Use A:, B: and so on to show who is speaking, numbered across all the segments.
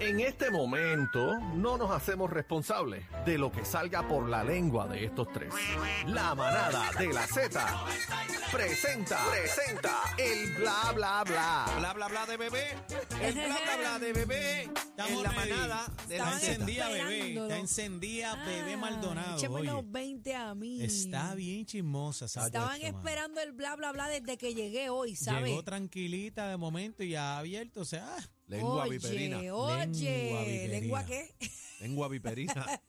A: En este momento no nos hacemos responsables de lo que salga por la lengua de estos tres. La manada de la Z presenta, presenta el bla bla bla.
B: Bla bla bla de bebé. El bla bla bla de bebé. en la
C: ready.
B: manada de la
C: Estaban
B: Z.
C: encendida,
D: bebé.
C: esperándolo.
D: Está encendida, bebé
C: Ah,
D: Maldonado.
C: échame
D: oye.
C: unos 20 a mí.
D: Está bien chismosa, ¿sabes?
C: Estaban esperando el bla, bla, bla desde que llegué hoy, ¿sabes?
D: Llegó tranquilita de momento y ha abierto, o sea, ah,
B: Lengua
C: oye,
B: viperina.
C: Oye,
D: Lengua viperina.
C: ¿lengua qué?
B: Lengua viperina.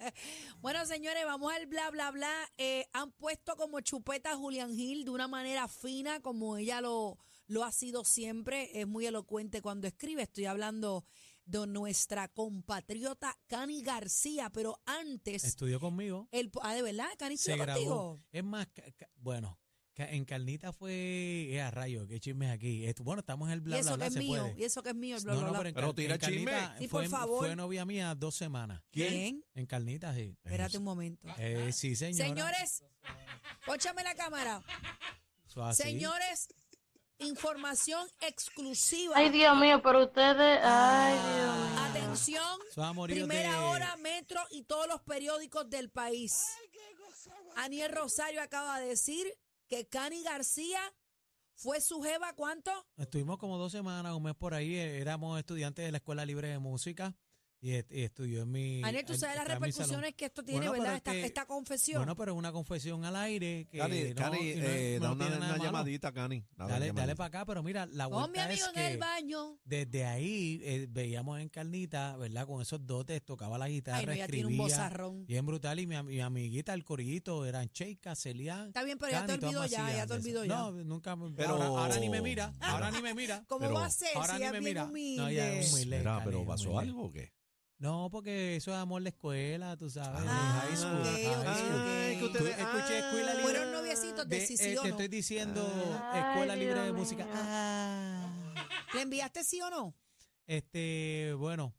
C: Bueno, señores, vamos al bla, bla, bla. Eh, han puesto como chupeta a Julián Gil de una manera fina, como ella lo, lo ha sido siempre. Es muy elocuente cuando escribe. Estoy hablando de nuestra compatriota Cani García, pero antes...
D: estudió conmigo,
C: El, ah, de verdad, Cani,
D: se
C: estudió
D: graduó.
C: contigo.
D: Es más, ca- ca- bueno, ca- en Carnita fue, eh, a rayo, qué chismes aquí. Esto- Bueno, estamos en el bla,
C: y eso
D: bla,
C: que
D: bla,
C: es
D: se
C: mío,
D: puede.
C: y eso que es mío, el bla,
D: No,
C: bla,
D: no,
C: bla.
D: pero en,
B: Pero
D: Car-
B: tira
D: en Carnita
B: chisme.
C: Sí,
D: fue,
C: por favor.
D: fue novia mía dos semanas.
C: ¿Quién?
D: En Carnita, sí.
C: Espérate un momento.
D: Eh, sí, señora.
C: Señores, póchame la cámara.
D: Eso así.
C: Señores, información exclusiva.
E: Ay, Dios mío, pero ustedes, ay, Dios mío.
C: Atención,
D: Eso va a morir
C: primera
D: de-
C: hora, Metro y todos los periódicos del país. Aniel Rosario acaba de decir que Cani García fue su jeva, ¿cuánto?
D: Estuvimos como dos semanas, un mes por ahí. eh, Éramos estudiantes de la Escuela Libre de Música y, est- y estudió en mi.
C: Aniel, tú
D: en-
C: sabes las
D: estaba en mi salón.
C: repercusiones que esto tiene,
D: Bueno, pero
C: ¿verdad?
D: es
C: Esta,
D: que-
C: esta confesión.
D: Bueno, pero es una confesión al aire. Que
B: Cani,
D: no-
B: Cani,
D: y no-
B: eh, da una,
D: no tiene nada
B: una
D: de malo.
B: llamadita, Cani. Da una
D: Dale, dale
B: llamadita.
D: para acá, pero mira, la
C: Con mi
D: vuelta
C: amigo
D: es
C: en el
D: que
C: baño.
D: desde ahí eh, veíamos en Carnita, ¿verdad? Con esos dotes, tocaba la guitarra,
C: Ay, no, ya tiene un
D: escribía.
C: bozarrón.
D: Bien brutal. Y mi, am- mi amiguita, el corillito, eran Cheika, Celia.
C: Está bien, pero ya te
D: Cani, todas
C: olvidó ya,
D: macías
C: ya te
D: de
C: olvidó
D: esas.
C: ya.
D: No, nunca.
B: Pero-
D: ahora, ahora ni me mira, ahora ni me mira.
C: ¿Cómo
B: Pero
C: va a ser
D: ahora
C: si
D: ni
C: ella
D: me
C: es bien
D: mira.
C: humilde?
D: No, ella es humilde.
B: Mira,
D: Cani,
B: pero
D: es
B: pasó
D: humilde.
B: algo o qué?
D: No, porque eso es amor la escuela, tú sabes.
C: Ah,
D: high school,
C: ok,
D: high
C: ok,
D: school.
C: ok.
D: Tú
B: Ah,
D: escuché escuela libre.
C: Fueron noviecitos
D: de-
C: de
D: eh,
C: sí o
D: te
C: no.
D: estoy diciendo
E: Ay,
C: Ah.
D: escuela libre
E: Dios
D: de
E: mío.
D: música. Ah.
C: ¿Le enviaste sí o no?
D: Este, bueno,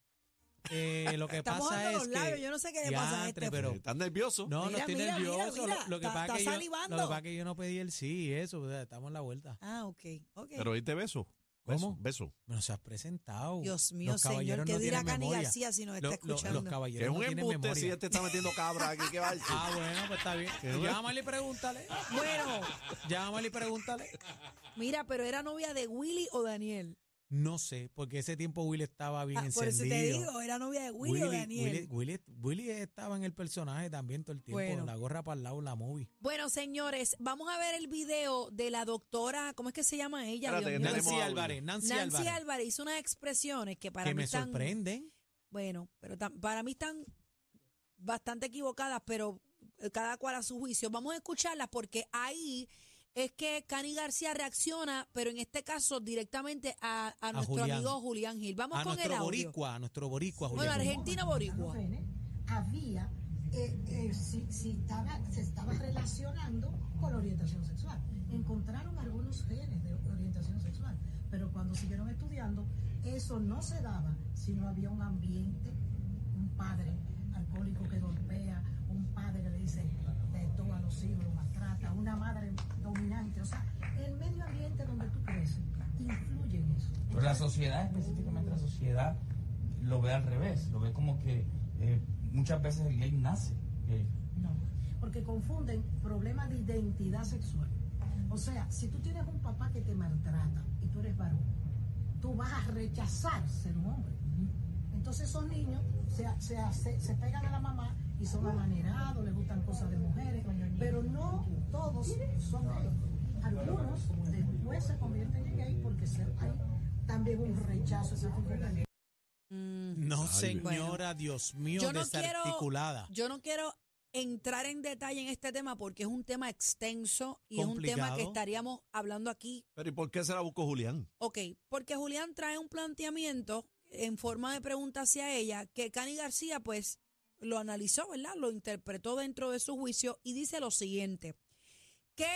D: eh, lo que
C: Estamos
D: pasa
C: dando
D: es
C: los labios,
D: que
C: yo no sé qué le pasa a
D: diantre,
C: este.
D: pero-
B: ¿Estás nervioso?
D: no, no
C: Mira,
D: estoy
C: mira, mira,
D: nervioso. lo-
C: mira,
D: lo, que
C: está-
D: pasa
C: está
D: es que yo,
C: salivando.
D: lo que pasa es que yo no pedí el sí, eso, o sea, estamos en la vuelta.
C: Ah, ok, ok.
B: Pero ahí te beso. Beso,
D: ¿Cómo?
B: Beso.
D: No se has presentado.
C: Dios mío,
D: los
C: señor,
D: caballeros
C: ¿qué
D: no
C: dirá
D: tienen
C: Cani
D: memoria.
C: García si nos está
D: Lo- lo-
C: escuchando?
D: los
B: Que
D: caballeros
B: es un
D: no tienen
B: embuste
D: memoria.
B: si este está metiendo cabra aquí. ¿Qué va a decir?
D: Ah, bueno, pues está bien.
B: Qué bueno.
D: Llámale y pregúntale.
C: Bueno,
D: Llámale y pregúntale.
C: mira, pero era novia de Willy o Daniel.
D: No sé, porque ese tiempo Willy estaba bien
C: Ah, por eso te
D: encendido.
C: digo, era novia de Willy, o Daniel.
D: Willy, Willy- Willy estaba en el personaje también todo el tiempo,
C: Bueno.
D: con la gorra para el lado, la movie.
C: Bueno, señores, vamos a ver el video de la doctora, ¿cómo es que se llama ella?
B: Espérate,
C: Dios mío?
B: Eh, tenemos
D: Nancy
B: audio.
D: Álvarez, Nancy,
C: Nancy
D: Álvarez,
C: Álvarez hizo unas expresiones que para
D: que
C: mí
D: me
C: están...
D: sorprenden.
C: Bueno, pero tam- para mí están bastante equivocadas, pero eh, cada cual a su juicio. Vamos a escucharlas porque ahí es que Cani García reacciona, pero en este caso directamente a, a nuestro
D: Julián.
C: amigo Julián Gil. Vamos
D: A
C: con el
D: nuestro
C: audio.
D: boricua, a nuestro boricua,
C: Bueno,
D: Julián.
C: Argentina boricua.
F: jóvenes, había, eh, eh, si, si estaba, se estaba relacionando con la orientación sexual. Encontraron algunos genes de orientación sexual, pero cuando siguieron estudiando, eso no se daba si no había un ambiente, un padre alcohólico que golpea, un padre que le dice de todo a los hijos, los maltrata, una madre dominante. O sea, el medio ambiente donde tú creces influye en eso.
G: Pero la sociedad, específicamente la sociedad, lo ve al revés, lo ve como que eh, muchas veces el gay nace gay.
F: No, porque confunden problemas de identidad sexual. O sea, si tú tienes un papá que te maltrata y tú eres varón, tú vas a rechazar ser un hombre. Entonces esos niños se, se, se- se pegan a la mamá y son amanerados, les gustan cosas de mujeres, pero no todos son gay. Algunos después se convierten en gay porque se- hay también un rechazo a esa figura gay.
C: Mm,
D: No,
B: Salve.
D: señora, Dios mío,
C: Yo no quiero-
D: desarticulada.
C: Yo no quiero entrar en detalle en este tema porque es un tema extenso y es un tema que
D: Complicado.
C: estaríamos hablando aquí
B: Pero ¿y por qué se la buscó Julián?
C: Ok, porque Julián trae un planteamiento en forma de pregunta hacia ella que Cani García pues lo analizó, ¿verdad? Lo interpretó dentro de su juicio y dice lo siguiente. ¿Qué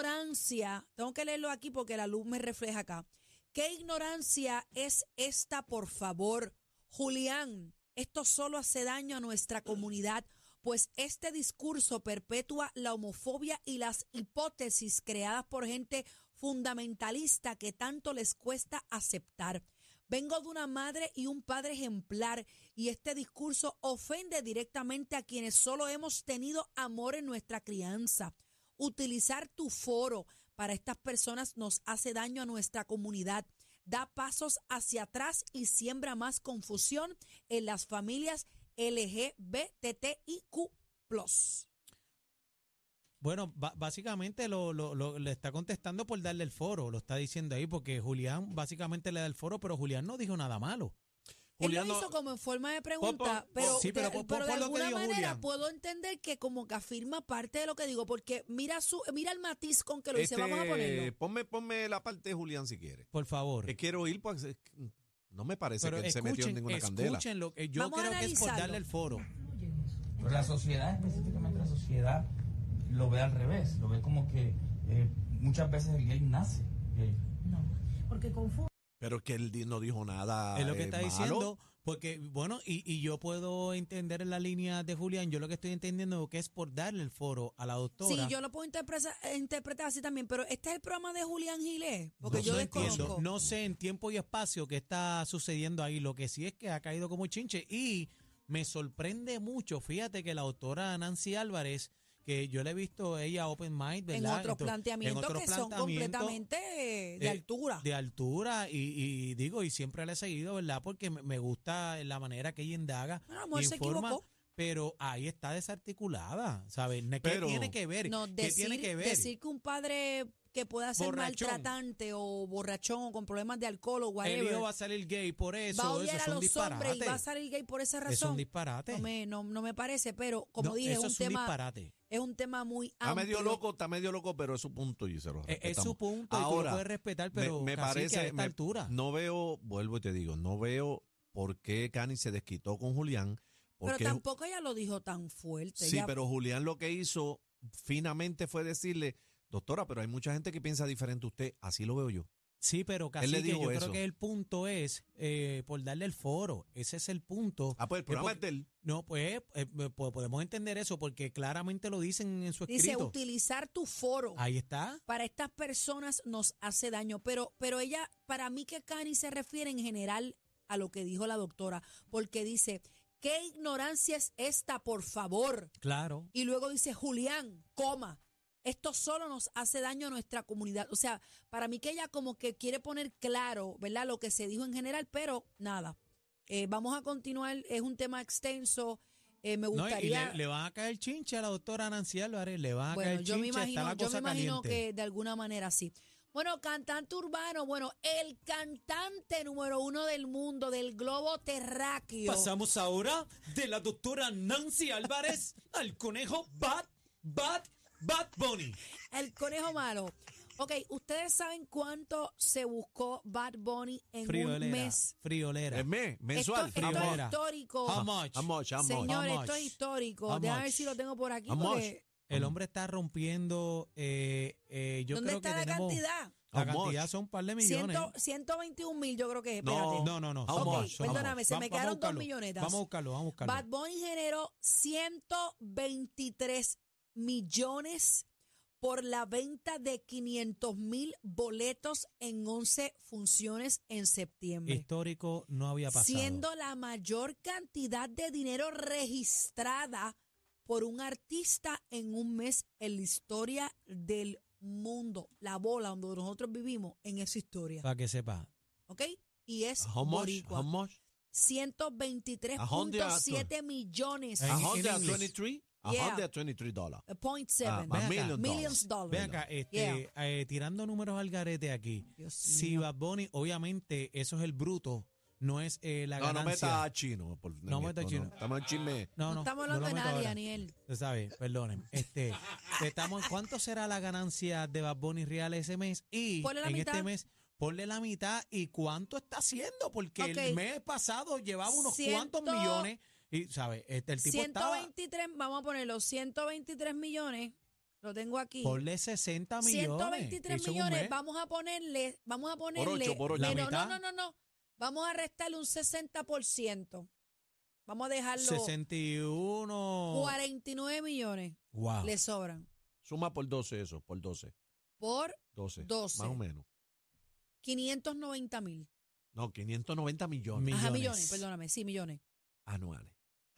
C: ignorancia, tengo que leerlo aquí porque la luz me refleja acá, qué ignorancia es esta, por favor? Julián, esto solo hace daño a nuestra comunidad, pues este discurso perpetúa la homofobia y las hipótesis creadas por gente fundamentalista que tanto les cuesta aceptar. Vengo de una madre y un padre ejemplar y este discurso ofende directamente a quienes solo hemos tenido amor en nuestra crianza. Utilizar tu foro para estas personas nos hace daño a nuestra comunidad. Da pasos hacia atrás y siembra más confusión en las familias LGBTIQ.
D: Bueno, ba- básicamente lo, lo- lo- le está contestando por darle el foro, lo está diciendo ahí, porque Julián básicamente le da el foro, pero Julián no dijo nada malo.
C: Él lo
B: Julián no-
C: hizo como en forma de pregunta,
B: pon-
C: pero,
D: sí, pero
C: de,
D: pon-
C: pero
D: pon
C: de
D: lo que
C: alguna
D: dijo
C: manera
D: Julián.
C: puedo entender que como que afirma parte de lo que digo, porque mira su, mira el matiz con que lo hice.
B: Este,
C: Vamos a ponerlo.
B: Ponme, ponme la parte de Julián si quieres.
D: Por favor.
B: Que quiero ir, pues, eh, no me parece
D: pero
B: que él se metió en ninguna candela.
D: escúchenlo, eh, yo
C: Vamos a
D: creo que es por
C: analizarlo.
D: darle el foro.
F: Incluye en eso.
G: Pero la sociedad, específicamente la sociedad, lo ve al revés, lo ve como que eh, muchas veces el gay nace. gay.
F: No, porque confunde.
B: Pero es que él di- no dijo nada.
D: es lo que
B: eh,
D: está
B: malo.
D: diciendo, porque bueno, y, y yo puedo entender en la línea de Julián, yo lo que estoy entendiendo que es por darle el foro a la
C: Sí,
D: doctora.
C: yo lo puedo interpresa- eh, interpretar así también, pero este es el programa de Julián Gilé, porque
D: No
C: yo
D: sé,
C: desconozco.
D: entiendo, no sé en tiempo y espacio qué está sucediendo ahí. Lo que sí es que ha caído como chinche. Y me sorprende mucho, fíjate que la autora Nancy Álvarez, que yo la he visto ella open mind, ¿verdad?
C: en otros
D: Entonces,
C: planteamientos
D: en otros
C: que son
D: planteamientos
C: completamente eh, de
D: eh,
C: altura.
D: de altura y, y digo, y siempre la he seguido, ¿verdad? Porque me- me gusta la manera que ella indaga.
C: Bueno, a lo mejor se
D: informa,
C: equivocó.
D: Pero ahí está desarticulada, ¿sabes? ¿Qué
B: Pero-
D: tiene que ver?
C: No,
D: ¿Qué
C: decir,
D: tiene que ver?
C: decir que un padre que pueda ser
D: Borrachón.
C: maltratante o borrachón o con problemas de alcohol o
D: El
C: whatever,
D: hijo va a salir gay por eso.
C: va a
D: eso
C: odiar
D: es
C: a
D: un
C: los hombres y
D: disparate.
C: va a salir gay por esa
D: Es un
C: razón.
D: disparate.
C: No me, no, no me parece, pero como
D: No,
C: dije, es
D: eso
C: un,
D: es un
C: tema,
D: disparate.
C: es un tema muy
B: Está
C: amplio.
B: Ah, medio loco, está medio loco, pero es su punto y se lo
D: E, Es, Eh, es
B: respetamos.
D: su punto y tú lo
B: Ahora,
D: puedes respetar, pero
B: me, me
D: cacique,
B: parece
D: a esta
B: me-
D: altura.
B: No veo, vuelvo y te digo, no veo por qué Cani se desquitó con Julián.
C: Pero
B: Porque,
C: tampoco ella lo dijo tan fuerte.
B: sí,
C: ella-
B: pero Julián lo que hizo finamente fue decirle, doctora, pero hay mucha gente que piensa diferente a usted, así lo veo yo.
D: sí, pero
B: Él le
D: cacique,
B: dijo
D: yo
B: eso.
D: creo que el punto es eh, por darle el foro. Ese es el punto.
B: Ah, pues el programa es de él.
D: No, pues eh, po- podemos entender eso porque claramente lo dicen en su
C: dice,
D: escrito.
C: utilizar tu foro
D: Ahí está.
C: para estas personas nos hace daño. Pero, pero ella, para mí que Cani se refiere en general a lo que dijo la doctora, porque dice, ¿qué ignorancia es esta, por favor?
D: Claro.
C: Y luego dice, Julián, coma. Esto solo nos hace daño a nuestra comunidad. O sea, para mí que ella como que quiere poner claro, ¿verdad? Lo que se dijo en general, pero nada. Eh, vamos a continuar. Es un tema extenso. Eh, me
D: No, y- y
C: gustaría...
D: le, le van a caer chinche a la doctora Nancy Álvarez. Le van a
C: Bueno,
D: caer
C: yo me
D: chinche. está
C: imagino,
D: la
C: yo me
D: cosa
C: imagino
D: caliente.
C: que de alguna manera sí. Bueno, cantante urbano, bueno, el cantante número uno del mundo, del globo terráqueo.
D: Pasamos ahora de la doctora Nancy Álvarez al conejo Bat, Bat, Bat Bunny.
C: El conejo malo. Ok, ¿ustedes saben cuánto se buscó Bad Bunny en un
D: Friolera,
C: mes?
D: friolera.
B: Es mes,
C: Esto,
B: mensual.
C: esto es
D: Friolera.
C: histórico.
D: How much?
B: How much, how much.
C: Señores,
D: How
C: esto es
D: much?
C: histórico.
D: How
C: Déjame ver
D: much?
C: si lo tengo por aquí.
B: How
C: porque-
D: El hombre está rompiendo. eh, eh, yo
C: ¿Dónde
D: creo que
C: está la
D: tenemos-
C: cantidad?
D: La
B: How much?
D: cantidad son un par de millones.
C: Ciento- 121 mil, yo creo que es.
B: No,
C: Espérate.
D: No, no, no.
B: How
D: son
B: much?
D: más,
B: Ok,
D: son más.
C: perdóname, se
D: Va-
C: me
D: vamos a
C: quedaron dos
D: buscarlo.
C: millonetas.
D: Vamos a buscarlo, vamos a buscarlo.
C: Bad Bunny generó 123 millones por la venta de 500 mil boletos en 11 funciones en septiembre,
D: Histórico no había pasado.
C: siendo la mayor cantidad de dinero registrada por un artista en un mes en la historia del mundo, la bola donde nosotros vivimos en esa historia,
D: Para que sepa.
C: ¿ok? Y es
B: How much?
C: boricua.
B: How much? A hundred and
C: 123.7 millones.
D: En-
B: A
D: in
B: hundred and
D: English.
B: twenty-three? A
C: Yeah.
B: hundred and twenty-three dollars.
C: A point seven.
B: Ah, a
D: Ve acá.
B: million
C: Millions
B: dollars.
C: dollars.
D: Ve acá, este, eh, tirando números al garete aquí.
C: Dios
D: Si
C: mío.
D: Bad Bunny, obviamente, eso es el bruto, no es eh, la
B: No, no
D: ganancia.
B: meta a chino. por- en
D: No meta
B: esto,
D: chino.
B: Estamos en chisme.
D: No,
C: No,
D: no,
C: estamos
D: no
C: hablando
D: lo
C: de
D: meto
C: nadie,
D: ahora.
C: Daniel.
D: Usted sabe, perdonen. Este, estamos, ¿Cuánto será la ganancia de Bad Bunny Real ese mes? Y
C: Ponle la
D: en
C: mitad.
D: este mes, ponle la mitad. ¿Y cuánto está haciendo? Porque
C: Ok.
D: el mes pasado llevaba unos
C: Ciento-
D: cuantos millones. Y, ¿sabes? Este, el tipo estaba...
C: 123, vamos a ponerlo, 123 millones. Lo tengo aquí.
D: Ponle 60 millones.
C: 123
D: hizo en un
C: millones,
D: mes.
C: vamos a ponerle, vamos a ponerle.
B: ocho, por ocho.
D: La
C: pero
D: mitad.
C: No, no, no, no. Vamos a restarle un 60%. Vamos a dejarlo
D: 61.
C: 49 millones
D: Wow.
C: le sobran
B: Suma por 12 eso, por 12.
C: por
B: 12.
C: 12.
B: Más o menos.
C: 590 mil.
B: No, 590 millones
C: Ajá, millones,
D: Millones.
C: perdóname, sí, millones.
B: anuales.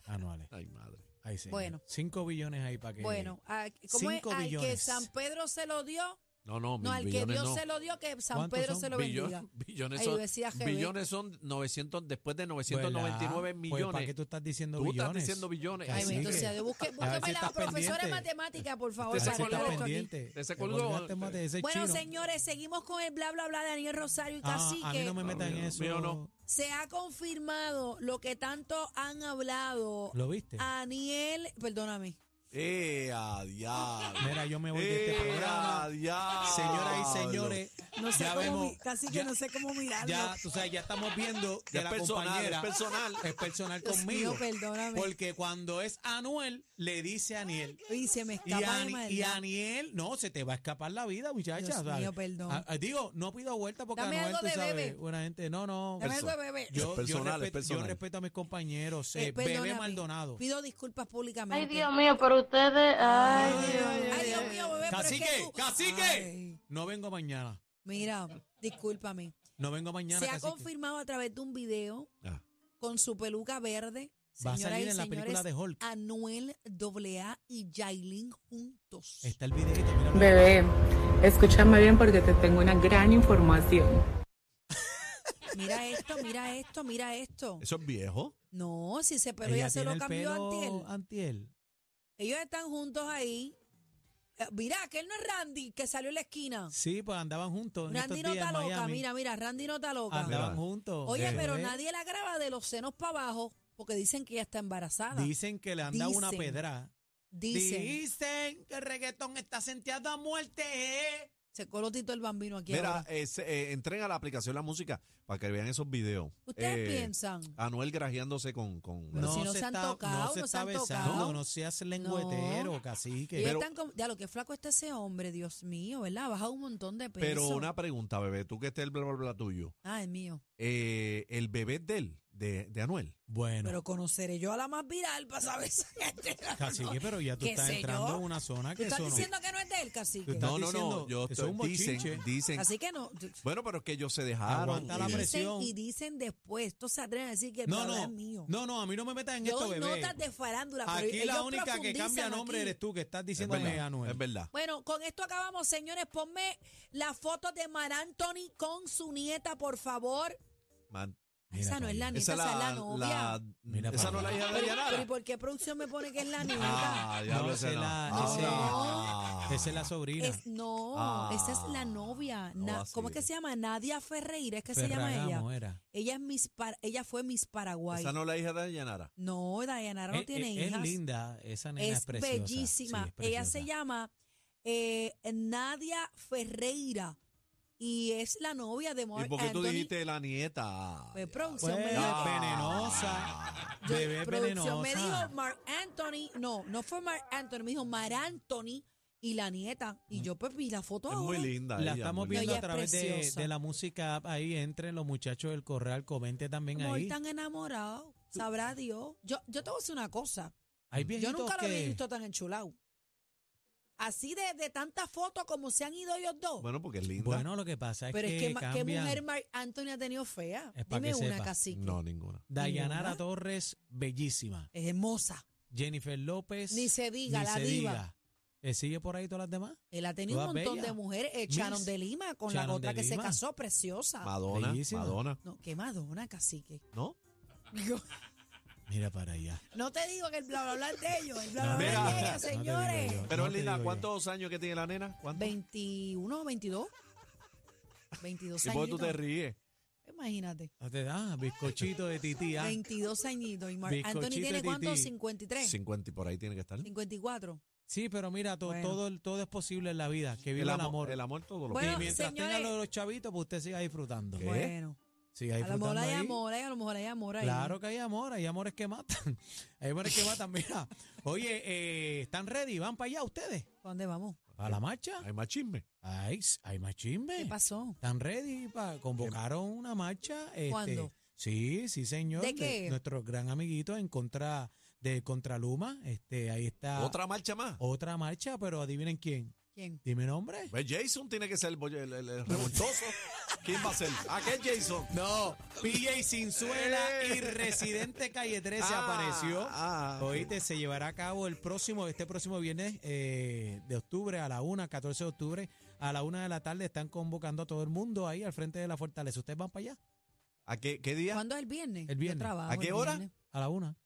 D: Anuales.
B: Ay, madre.
D: Ahí sí.
C: Bueno.
D: 5 billones ahí para que.
C: Bueno, a- ¿cómo es?
D: cinco
C: Al que
D: billones.
C: San Pedro se lo dio,
B: No, no,
C: no,
B: mil
C: al que
B: billones
C: Dios
B: no.
C: se lo dio, que San
D: ¿Cuántos
C: Pedro
D: son?
C: se lo
B: Billo-
C: bendiga.
B: billones,
C: Ahí
B: son,
C: decía GB.
B: billones son 900, después de
D: pues,
B: 999 millones.
D: ¿Para qué tú estás diciendo
B: Tú
D: billones?
B: estás diciendo billones.
C: Ay,
D: Así
C: bendito
D: que-
C: sea Dios. Busque-
D: ver
C: búsqueme la
D: si estás
C: profesora de
D: pendiente.
C: matemática, por favor,
B: Usted
C: para
B: se colgó.
C: contar esto aquí.
D: pendiente.
B: Te se
D: Te
B: colgó.
D: colgaste más de ese
C: Bueno,
D: chino.
C: señores, seguimos con el bla, bla, bla de Daniel Rosario y
D: Ah,
C: Cacique.
D: a mí no me metan en
B: mío,
D: eso.
B: mío no.
C: Se ha confirmado lo que tanto han hablado.
D: ¿Lo viste?
C: Ah. Aniel, perdóname.
B: ¡Eh, a diablo!
D: Mira, yo me voy de este
B: ¡Eh, a
D: programa.
B: diablo!
D: Señoras y señores,
C: No sé
D: ya
C: cómo,
D: vemos.
C: mi- Cacique,
D: ya-
C: no sé cómo mirarlo.
D: Ya, tú sabes, ya estamos viendo que
B: Ya es
D: la
B: personal,
D: compañera
B: es personal.
D: es personal
C: Dios
D: conmigo.
C: mío, perdóname.
D: Porque cuando es Anuel, le dice a Aniel.
C: Y se me
D: Y,
C: escapa de
D: Ani-
C: maldad.
D: y Aniel, no, se te va a escapar la vida, muchacha.
C: Dios
D: ¿sabes?
C: mío, perdón.
D: Ah, ah, digo, no pido vuelta porque
C: Dame
D: Anuel,
C: algo
D: tú
C: de
D: sabes,
C: bebé.
D: buena gente. No, no. pues,
C: Dame algo de bebé.
D: Yo, yo
B: personal, es
D: respeto, yo
B: personal.
D: respeto a mis compañeros.
C: Eh,
D: eh, bebé
C: perdóname.
D: Maldonado.
C: Pido disculpas públicamente.
E: Ay, Dios mío, pero ustedes. Ay,
C: Ay,
E: Dios mío.
C: Ay, Dios mío, bebé, pero es que
D: Cacique,
C: tú-
D: cacique.
C: Ay,
D: No vengo mañana.
C: mira, discúlpame.
D: No vengo mañana.
C: Se ha
D: cacique.
C: confirmado a través de un video
B: Ah.
C: con su peluca verde.
D: Va a
C: señoras
D: salir
C: y
D: en la
C: señores,
D: película de Hulk.
C: Anuel AA y Yailin juntos.
D: Está el videito, mira.
H: Bebé, escúchame bien porque te tengo una gran información.
C: Mira esto, mira esto, mira esto.
B: ¿Eso es viejo?
C: No, si ese pelo ya se
D: tiene
C: lo
D: el
C: cambió
D: pelo
C: Antiel.
D: Antiel.
C: Ellos están juntos ahí. Eh, Mira, que él no es Randy, que salió en la esquina.
D: Sí, pues andaban juntos. en
C: Randy
D: estos
C: no
D: días
C: está
D: en
C: loca,
D: Miami.
C: mira, mira, Randy no está loca.
D: Andaban
B: Mira.
D: juntos.
C: Oye,
D: Eh,
C: pero
D: eh,
C: nadie la graba de los senos para abajo porque dicen que ella está embarazada.
D: Dicen que le han dado una
C: Dicen.
D: pedra.
C: dicen.
D: Dicen que el reggaetón está senteado a muerte. eh.
C: Se coló Tito el Bambino aquí
B: Mira,
C: ahora.
B: eh, se- eh, entren a la aplicación La Música para que vean esos videos.
C: ¿Ustedes
B: Eh,
C: piensan?
B: Anuel grajeándose con... con
C: Pero si no se han tocado,
D: no se
C: no se
D: está
C: han
D: besando,
C: tocado.
D: no seas lengüetero,
C: No.
D: cacique.
C: Y
B: pero-
C: están como- ya lo que flaco está ese hombre, Dios mío, ¿verdad? Ha bajado un montón de peso.
B: Pero una pregunta, bebé, tú que estés el bla, bla, bla tuyo.
C: Ah, es mío.
B: Eh, ¿El bebé es de él, de, de Anuel?
D: bueno,
C: Pero conoceré yo a la más viral para saber si es de la-
D: cacique, pero ya tú
C: ¿Qué
D: estás
C: sé
D: entrando
C: yo?
D: en una zona
C: ¿Tú
D: que
C: estás
D: eso no.
C: diciendo que no es de él,
D: Tú
C: cacique?
D: estás
B: No, no, no.
D: diciendo,
B: Yo
D: eso es
B: estoy-
D: un bochinche.
B: dicen, dicen...
C: Así que no. tú-
B: Bueno, pero es que ellos se dejaron. eh,
D: Aguanta la
B: y-
C: Dicen
D: presión.
C: y dicen después. Tú se atreven a decir que el
D: No,
C: bla, bla
D: no,
C: es mío.
D: no, no, a mí no me metas en
C: Yo
D: esto,
C: doy
D: bebé.
C: notas de farándula. pero
D: Aquí la
C: ellos
D: única que cambia
C: profundizan
D: nombre
C: aquí.
D: eres tú, que estás
B: Es
D: diciendo que
B: verdad,
D: eh, Anuel.
B: es verdad.
C: Bueno, con esto acabamos, señores. Ponme la foto de Mar Anthony con su nieta, por favor.
B: Man,
D: Mira
C: esa no
D: para
C: es la
D: allá.
C: nieta, esa, es la novia.
B: la-
D: Mira
B: esa
D: para
B: no es la hija de
D: allá.
C: pero, pero ¿y
B: Dayanara.
C: por qué producción me pone que es la nieta?
B: Ah, diablo,
D: No,
B: ese
D: ese
B: no.
D: la-
C: ese-
B: Ah.
D: Esa es la sobrina.
C: Es- no,
B: Ah.
C: esa es la novia.
B: No,
C: Na-
B: así
C: ¿Cómo es que
B: es.
C: se llama? Nadia Ferreira, es que se llama ella.
D: Ferragamo ¿eh? era.
C: Ella es Miss Par- ella fue Miss Paraguay.
B: Esa no es la hija de Dayanara.
C: no, Dayanara no
D: Es,
C: tiene
D: es- es
C: hijas.
D: linda, esa nena es,
C: es
D: preciosa. sí,
C: bellísima.
D: es
C: Ella se
D: preciosa.
C: llama eh, Nadia Ferreira y es la novia de Mark
B: ¿Y por qué tú
C: Anthony.
B: dijiste la nieta?
C: Pues, producción
D: Pues,
C: me dijo-
D: venenosa.
C: Yo-
D: Bebé
C: producción
D: venenosa.
C: me dijo Mark Anthony, no, no fue Mark Anthony, me dijo Mar Anthony y la nieta. Y yo, pues, vi la foto
B: Es
C: ahora.
B: muy linda.
D: la
B: ella,
D: estamos
B: muy linda.
C: ella
D: viendo a
C: es
D: través de,
C: preciosa.
D: de la música app. Ahí entren los muchachos del corral, comente también
C: Amor,
D: ahí.
C: tan enamorado, sabrá Dios. Yo, yo te voy a decir una cosa,
D: Hay
C: yo
D: viejitos
C: nunca lo había
D: que-
C: visto tan enchulado. Así de, de tantas fotos como se han ido ellos dos.
B: Bueno, porque es linda.
D: Bueno, lo que pasa es
C: Pero
D: que,
C: es que, ma- ¿qué
D: cambian.
C: mujer Mark Anthony ha tenido fea?
D: Es pa'
C: Dime
D: que
C: una,
D: sepa.
C: cacique.
B: no, ninguna.
D: Dayanara
C: ¿Verdad?
D: Torres, bellísima.
C: Es hermosa.
D: Jennifer López.
C: Ni se diga,
D: ni
C: la
D: se
C: diva.
D: diga. Eh, ¿Sigue por ahí todas las demás?
C: Él ha tenido un
D: Todas
C: montón
D: bellas.
C: de mujeres. Eh,
D: Miss.
C: Sharon de Lima, con la
D: Sharon
C: otra
D: de
C: que se
D: Lima.
C: casó, preciosa.
B: Madonna,
D: Bellísima.
B: Madonna,
C: no, qué Madonna, cacique.
B: ¿no?
D: Mira para allá.
C: No te digo que el bla bla bla es de ellos, el bla bla
B: No,
C: bla es de
B: mira.
C: ellos,
D: No te digo
C: señores.
D: yo.
B: Pero
D: No
B: es
D: te
B: linda,
D: digo yo.
B: ¿cuántos años que tiene la nena? ¿Cuántos?
C: 21, 22. 22
B: ¿Y por qué tú
C: añitos.
B: te ríes?
C: Imagínate.
D: Ah, Te da bizcochito de ah. titía.
C: 22 añitos. Y Marc Anthony
D: Bizcochito
C: tiene
D: de
C: cuántos?
D: tití.
C: 53.
B: 50 y por ahí tiene que estar.
C: 54.
D: Sí, pero mira, to-
C: Bueno.
D: todo, todo es posible en la vida. Que viva el amor.
B: El amor todo lo
C: Bueno,
D: y mientras
C: señores.
D: tenga lo de los chavitos, pues usted siga disfrutando.
B: ¿Qué?
C: Bueno.
D: Siga
C: A lo mejor
D: disfrutando
C: hay
D: ahí.
C: amor, ahí, a lo mejor hay amor ahí.
D: Claro que hay amor, hay amores que matan. Hay amores que matan, mira. Oye, eh, ¿están ready? ¿Van para allá ustedes?
C: ¿Para ¿Dónde vamos?
D: ¿A la marcha?
B: Hay más chisme.
D: Ay, s- hay más
C: ¿Qué
D: chisme.
C: pasó?
D: ¿Están ready? Pa, convocaron una marcha. Este,
C: ¿Cuándo?
D: Sí, sí, señor.
C: ¿De qué?
D: nuestro gran amiguito en contra de Contraluma. Este, ahí está.
B: Otra marcha más.
D: Otra marcha, pero adivinen quién.
C: ¿Quién?
D: Dime nombre.
B: Pues Jason tiene que ser el, boy- el- el- el revoltoso. ¿Quién va a ser? ¿A qué Jason? Eh.
D: No, PJ Sinzuela y Residente Calle 13
B: Ah,
D: apareció.
B: ah.
D: Oíste, se llevará a cabo el próximo, este próximo viernes eh, de octubre a la 1, 14 de octubre, a la 1 de la tarde. Están convocando a todo el mundo ahí al frente de la fortaleza. ¿Ustedes van para allá?
B: ¿A qué, qué día?
C: ¿Cuándo es el viernes?
D: El viernes.
C: Yo trabajo
B: ¿A
C: el
B: qué hora?
C: viernes.
D: A la 1.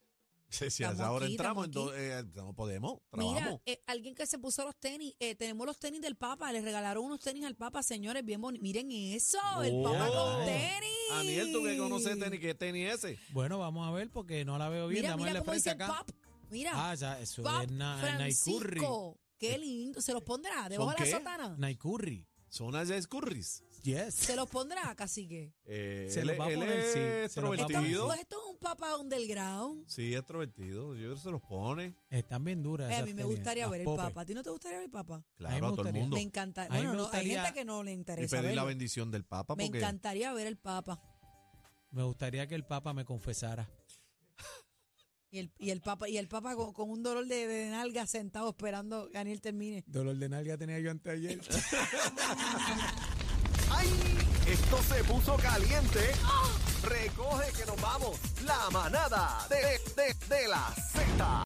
B: Sí, sí,
C: Estamos
B: ahora
C: aquí,
B: entramos,
C: estamos
B: entonces, eh, no podemos,
C: Mira,
B: trabajamos.
C: eh, alguien que se puso los tenis, eh, tenemos los tenis del Papa, le regalaron unos tenis al Papa, señores, bien bonitos. Miren eso, el Papa
B: Oh.
C: con tenis.
B: Aniel, tú que conoces tenis, ¿qué tenis ese?
D: Bueno, vamos a ver porque no la veo bien.
C: Mira,
D: Dame
C: mira
D: la
C: cómo
D: frente
C: dice
D: acá.
C: Pop. Mira,
D: Ah, ya, eso
C: Pop
D: es na- Naicurri.
C: Francisco. Qué lindo. ¿Se los pondrá debajo
B: ¿Son
C: de la
B: qué?
C: sotana?
D: Naicurri.
B: Son unas Jazz Curris.
D: Yes.
C: ¿Se los pondrá, cacique?
B: Eh,
D: Se
B: él
D: los va a
B: es- él
D: poner, sí,
B: es
D: se los va a poner.
B: extrovertido.
C: Pues esto es un Papa underground.
B: Sí, extrovertido. Yo creo que se los pone.
D: Están bien duras.
C: Eh, a
D: esas
C: mí me
D: tenis,
C: gustaría
D: las
C: ver el
D: popes.
C: Papa. ¿A ti no te gustaría ver el Papa?
B: Claro, a, todo el
D: gustaría.
B: mundo.
C: Me
B: Y
C: encantaría.
D: A mí
C: Bueno,
D: me
C: no, hay
D: gustaría-
C: gente que no le interesa.
B: pedir la
C: verlo.
B: bendición del Papa
C: Me
B: porque
C: encantaría ver el Papa.
D: Me gustaría que el Papa me confesara.
C: Y el, y el Papa, y el papa con, con un dolor de, de nalga sentado esperando que Daniel termine.
D: Dolor de nalga tenía yo antes ayer.
A: ¡Ay! Esto se puso caliente. Recoge que nos vamos. La manada de, de, de la Z.